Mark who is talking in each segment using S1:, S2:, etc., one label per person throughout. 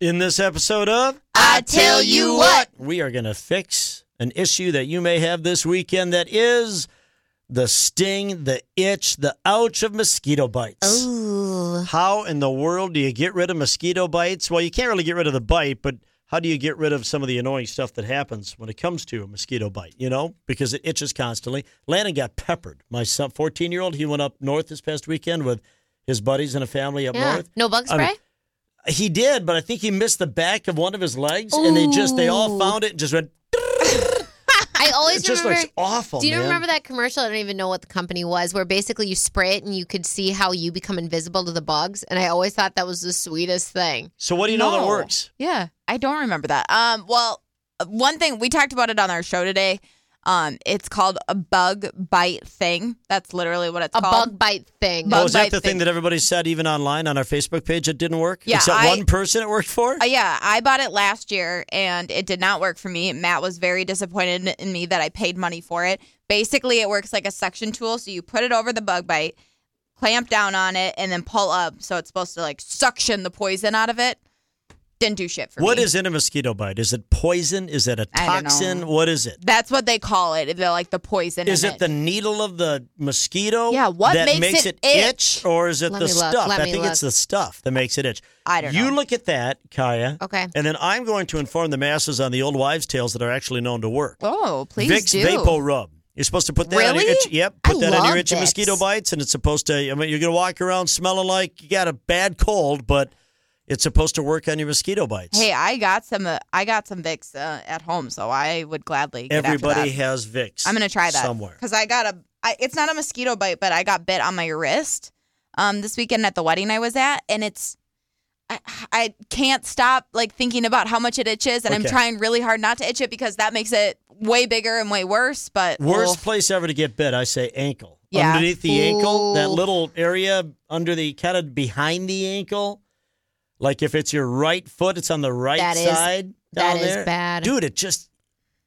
S1: In this episode of
S2: I tell you what.
S1: we are going to fix an issue that you may have this weekend that is the sting, the itch, the ouch of mosquito bites.
S2: Ooh.
S1: How in the world do you get rid of mosquito bites? Well, you can't really get rid of the bite, but how do you get rid of some of the annoying stuff that happens when it comes to a mosquito bite, you know, because it itches constantly? Landon got peppered. My son, 14 year old, he went up north this past weekend with his buddies and a family up
S2: Yeah.
S1: north.
S2: No bug
S1: I mean,
S2: spray?
S1: He did, but I think he missed the back of one of his legs, and they just they all
S2: Ooh.
S1: found it and just went.
S2: I always
S1: It just
S2: remember.
S1: looks awful.
S2: do you
S1: man.
S2: remember that commercial? I don't even know what the company was, where basically you spray it and you could see how you become invisible to the bugs. And I always thought that was the sweetest thing.
S1: So what do you know that
S3: No.
S1: works?
S4: Yeah, I don't remember that. Um, well, one thing we talked about it on our show today. Um, it's called a bug bite thing. That's literally what it's
S2: A
S4: called.
S2: bug bite thing.
S4: Bug
S1: oh, is that
S4: bite
S1: the thing,
S4: thing.
S1: that everybody said even online on our Facebook page? It didn't work.
S4: Yeah,
S1: except
S4: I-
S1: one person it worked for.
S4: Uh, yeah, I bought it last year and it did not work for me. Matt was very disappointed in me that I paid money for it. Basically, it works like a suction tool. So you put it over the bug bite, clamp down on it, and then pull up. So it's supposed to like suction the poison out of it. Didn't do shit for me.
S1: What is in a mosquito bite? Is it poison? Is it a
S4: I don't know.
S1: toxin? What is it?
S4: That's what they call it. They're like the poison.
S1: Is
S4: in
S1: it the needle of the mosquito?
S4: Yeah, what
S1: that makes,
S4: makes
S1: it,
S4: it
S1: itch?
S4: itch?
S1: or is it
S2: Let
S1: the
S2: me look,
S1: stuff?
S2: let
S1: I
S2: me
S1: think it's
S2: look.
S1: the stuff that makes it itch.
S4: I don't
S1: You
S4: know.
S1: look at that, Kaya.
S2: Okay.
S1: And then I'm going to inform the masses on the old wives' tales that are actually known to work.
S4: Oh, please
S1: Vicks
S4: do.
S1: Vapo Rub. You're supposed to put that on your
S2: Really?
S1: itch. Yep,
S2: I
S1: put that on your
S2: love
S1: itchy
S2: Vicks.
S1: mosquito bites, and it's supposed to. I mean, you're gonna walk around smelling like you got a bad cold, but it's supposed to work on your mosquito bites.
S4: Hey, I got some. Uh, I got some Vicks uh, at home, so I would gladly. Get
S1: everybody
S4: after that.
S1: has Vicks.
S4: I'm gonna try that
S1: somewhere.
S4: because I got a. I, it's not a mosquito bite, but I got bit on my wrist um, this weekend at the wedding I was at, and it's. I, I can't stop like thinking about how much it itches, and
S1: Okay.
S4: I'm trying really hard not to itch it because that makes it way bigger and way worse. But
S1: Worst
S4: oof.
S1: place ever to get bit, I say ankle.
S4: Yeah.
S1: Underneath the ankle, that
S2: Ooh.
S1: little area under the kind of behind the ankle. Like if it's your right foot, it's on the right
S2: That is-
S1: side.
S2: that
S1: down
S2: is
S1: there.
S2: bad.
S1: Dude, it just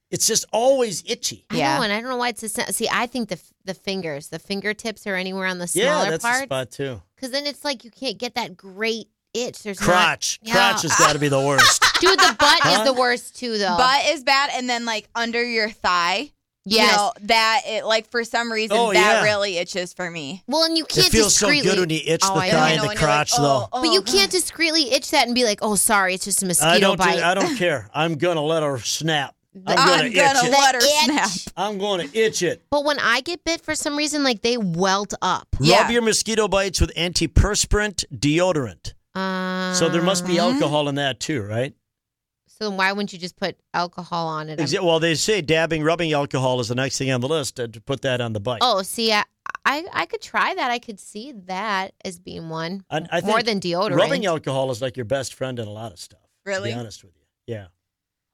S1: it's just always itchy.
S2: I
S4: Yeah.
S2: know, and I don't know why it's a sen- see. I think the the fingers, the fingertips, or anywhere on the smaller
S1: yeah, that's the
S2: part,
S1: spot too.
S2: because then it's like you can't get that great itch. There's
S1: Crotch.
S2: not,
S1: Crotch has got to be the worst.
S2: dude. The butt
S1: Huh?
S2: is the worst too, though.
S4: butt is bad, and then like under your thigh, you
S2: yes.
S4: know, that it like for some reason
S1: Oh,
S4: that
S1: yeah.
S4: really itches for me.
S2: well, and you
S1: It
S2: can't
S1: feels so
S2: discreetly-
S1: good when you itch
S2: Oh,
S1: the
S2: I
S1: thigh
S2: know.
S1: and the
S4: and you're like,
S1: crotch,
S4: oh,
S1: though.
S4: oh,
S2: But you
S4: God.
S2: can't discreetly itch that and be like, "Oh, sorry, it's just a mosquito
S1: I don't. Do,
S2: bite."
S1: I don't care. I'm gonna let her snap. oh, I'm
S2: The-
S1: gonna
S4: I'm
S1: itch
S4: gonna
S1: it.
S4: let her
S2: Itch.
S4: snap.
S1: I'm gonna itch it.
S2: But when I get bit for some reason, like they welt up.
S4: Yeah.
S1: Rub your mosquito bites with antiperspirant deodorant.
S2: Um,
S1: So there must be alcohol in that too, right?
S2: So then why wouldn't you just put alcohol on it? I'm-
S1: Exa- Well, they say dabbing, rubbing alcohol is the next thing on the list uh, to put that on the bite.
S2: Oh, see, I, I I could try that. I could see that as being one
S1: I, I think
S2: more than deodorant.
S1: Rubbing alcohol is like your best friend in a lot of stuff.
S4: Really?
S1: To be honest with you. Yeah.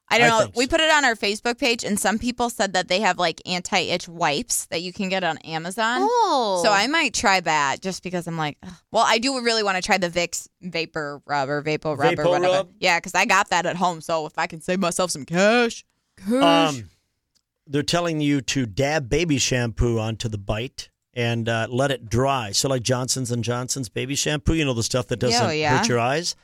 S4: I don't
S1: I
S4: know.
S1: think
S4: We
S1: so.
S4: put it on our Facebook page, and some people said that they have like anti itch wipes that you can get on Amazon.
S2: Oh,
S4: So I might try that just because I'm like, ugh. well, I do really want to try the Vicks vapor rub or vapor rub
S1: Vapor
S4: or whatever.
S1: rub?
S4: Yeah, because I got that at home. So if I can save myself some cash, cash.
S2: Mm.
S1: Um, they're telling you to dab baby shampoo onto the bite and uh, let it dry. So, like Johnson's and Johnson's baby shampoo, you know the stuff that
S2: oh,
S4: Yeah,
S1: doesn't
S4: yeah.
S1: hurt your eyes.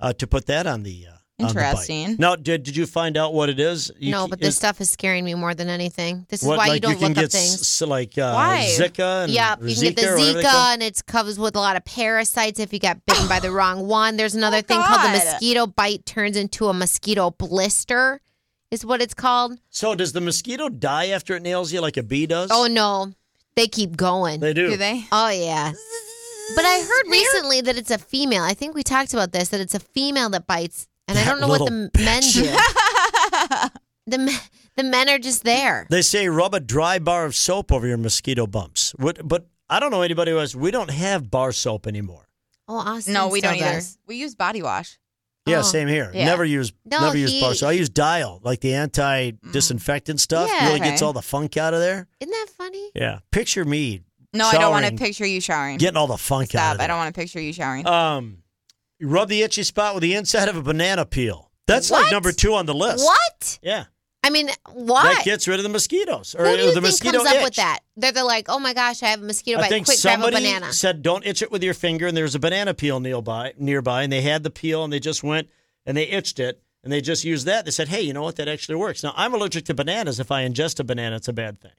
S1: Uh, to put that on the uh, on the bite.
S4: Interesting.
S1: Now, did, did you find out what it is? You
S2: no,
S1: c-
S2: but this
S1: is-
S2: stuff is scaring me more than anything. This is
S1: what,
S2: why
S1: like
S2: you don't
S1: can
S2: look
S1: get
S2: up things.
S1: S- like uh,
S4: Why?
S1: Zika. And
S2: Yeah,
S1: or
S2: you can get the
S1: or whatever they
S2: Zika,
S1: call-
S2: and it's covers with a lot of parasites if you got bitten by the wrong one. There's
S1: Oh,
S2: another thing called the
S4: God.
S2: mosquito bite turns into a mosquito blister, is what it's called.
S1: So, does the mosquito die after it nails you like a bee does?
S2: Oh no, they keep going.
S1: they do.
S4: do they?
S2: Oh yeah. But I heard recently that it's a female. I think we talked about this that it's a female that bites, and I
S1: That
S2: don't know what
S1: little
S2: the men do. the me- the men are just there.
S1: They say rub a dry bar of soap over your mosquito bumps. What, but I don't know anybody who has. We don't have bar soap anymore.
S2: Oh, Austin
S4: No, we
S2: still
S4: don't either.
S2: does.
S4: We use body wash.
S1: Yeah, same here.
S4: Yeah.
S1: Never use
S2: Oh, No,
S1: never use
S2: he- Mm.
S1: bar soap. I use Dial, like the anti disinfectant stuff.
S2: Yeah.
S1: really
S4: Okay.
S1: gets all the funk out of there.
S2: Isn't that funny?
S1: Yeah. Picture me
S4: No, I don't want to
S1: Showering.
S4: picture you showering.
S1: getting all the funk out
S4: Stop.
S1: of there.
S4: I don't want to picture you showering.
S1: Um, you rub the itchy spot with the inside of a banana peel. That's like
S2: What?
S1: number two on the list.
S2: What?
S1: Yeah,
S2: I mean, why?
S1: that gets rid of the mosquitoes or
S2: Who do you
S1: the
S2: think
S1: mosquito
S2: comes up
S1: itch.
S2: with that? They're, they're like, oh my gosh, I have a mosquito
S1: I
S2: bite.
S1: think
S2: Quick, grab a
S1: somebody
S2: banana.
S1: said, "Don't itch it with your finger." And there was a banana peel nearby, nearby, and they had the peel, and they just went and they itched it, and they just used that. They said, "Hey, you know what? That actually works." Now I'm allergic to bananas. If I ingest a banana, it's a bad thing.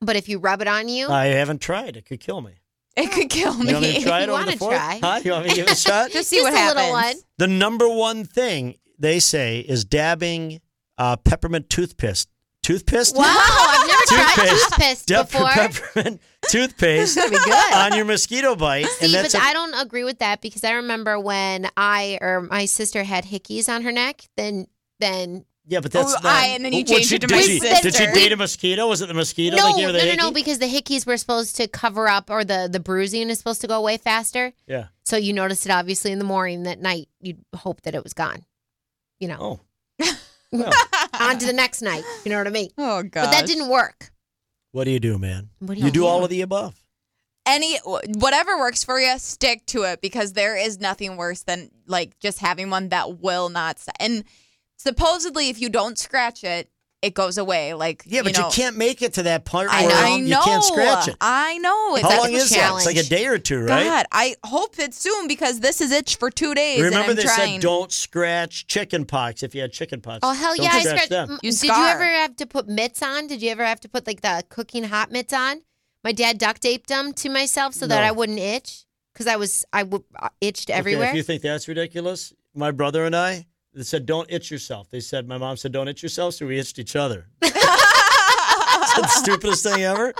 S2: But if you rub it on you,
S1: I haven't tried. It could kill me.
S4: it could kill
S1: You
S4: me.
S1: want me to try it
S2: you
S1: on the
S2: wanna
S1: fourth?
S2: try.
S1: Huh? You want me to give it a shot?
S4: Just see
S2: Just
S4: what
S2: a little
S4: happens.
S2: one.
S1: The number one thing they say is dabbing uh, peppermint toothpaste. Toothpaste?
S2: wow, Oh, I've never tried
S1: Toothpaste.
S2: toothpaste
S1: Dab-
S2: before.
S1: Peppermint toothpaste
S2: That'd be good.
S1: on your mosquito bite.
S2: See, but
S1: a-
S2: I I don't agree with that because I remember when I or my sister had hickeys on her neck, then then
S1: yeah, but that's
S4: Ooh,
S1: not.
S4: Oh, I- and then you
S1: What
S4: changed
S1: she-
S4: it to
S1: did
S4: my
S1: she- Did she
S4: sister.
S1: date a mosquito? Was it the mosquito?
S2: no,
S1: that gave
S2: no,
S1: her the
S2: no, no,
S1: hickey?
S2: because the hickeys were supposed to cover up or the the bruising is supposed to go away faster.
S1: Yeah.
S2: So you noticed it obviously in the morning. That night, you'd hope that it was gone. You know,
S1: Oh. Well,
S2: on to the next night. You know what I mean?
S4: Oh god.
S2: But that didn't work.
S1: what do you do, man?
S2: What do
S1: you
S2: you
S1: do
S2: do?
S1: all of the above.
S4: any whatever works for you stick to it because there is nothing worse than like just having one that will not s- and supposedly if you don't scratch it it goes away like
S1: Yeah, but you,
S4: know,
S1: can't make it to that part
S4: I,
S1: where
S4: I
S1: you
S4: know
S1: can't scratch it.
S4: i know
S1: How
S2: that's
S1: long
S2: the
S1: is
S2: challenge.
S1: that? It's like a day or two, right?
S4: god i hope it's soon because this is itch for two days and
S1: Remember
S4: i'm
S1: they
S4: trying
S1: said don't scratch chicken pox if you had chicken pox.
S2: Oh hell
S1: Don't
S2: yeah! I
S1: scratch
S2: scratched.
S1: them.
S2: m-
S4: You
S2: Did you
S4: scar.
S2: ever have to put mitts on? Did you ever have to put like the cooking hot mitts on? My dad duct taped them to myself so that
S1: No.
S2: I wouldn't itch because I was I w- uh, itched
S1: Okay,
S2: everywhere.
S1: if you think that's ridiculous, my brother and I they said don't itch yourself. They said my mom said don't itch yourself, so we itched each other. it's the stupidest thing ever.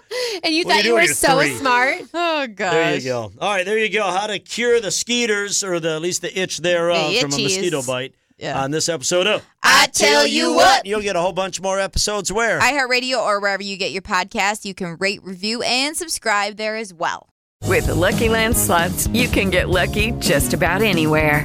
S2: and you
S1: What do you
S2: thought
S1: do
S2: you,
S1: when
S2: were
S1: you're
S2: so
S1: three?
S2: smart.
S4: oh gosh
S1: There you go. All right, there you go. How to cure the skeeters or the at least the itch thereof
S4: The
S1: from a
S4: itchies.
S1: mosquito bite.
S4: Yeah.
S1: On this episode of
S4: I Tell You What.
S1: you'll get a whole bunch more episodes where
S4: iHeartRadio or wherever you get your podcast, you can rate, review, and subscribe there as well.
S5: With Lucky Land slots, you can get lucky just about anywhere.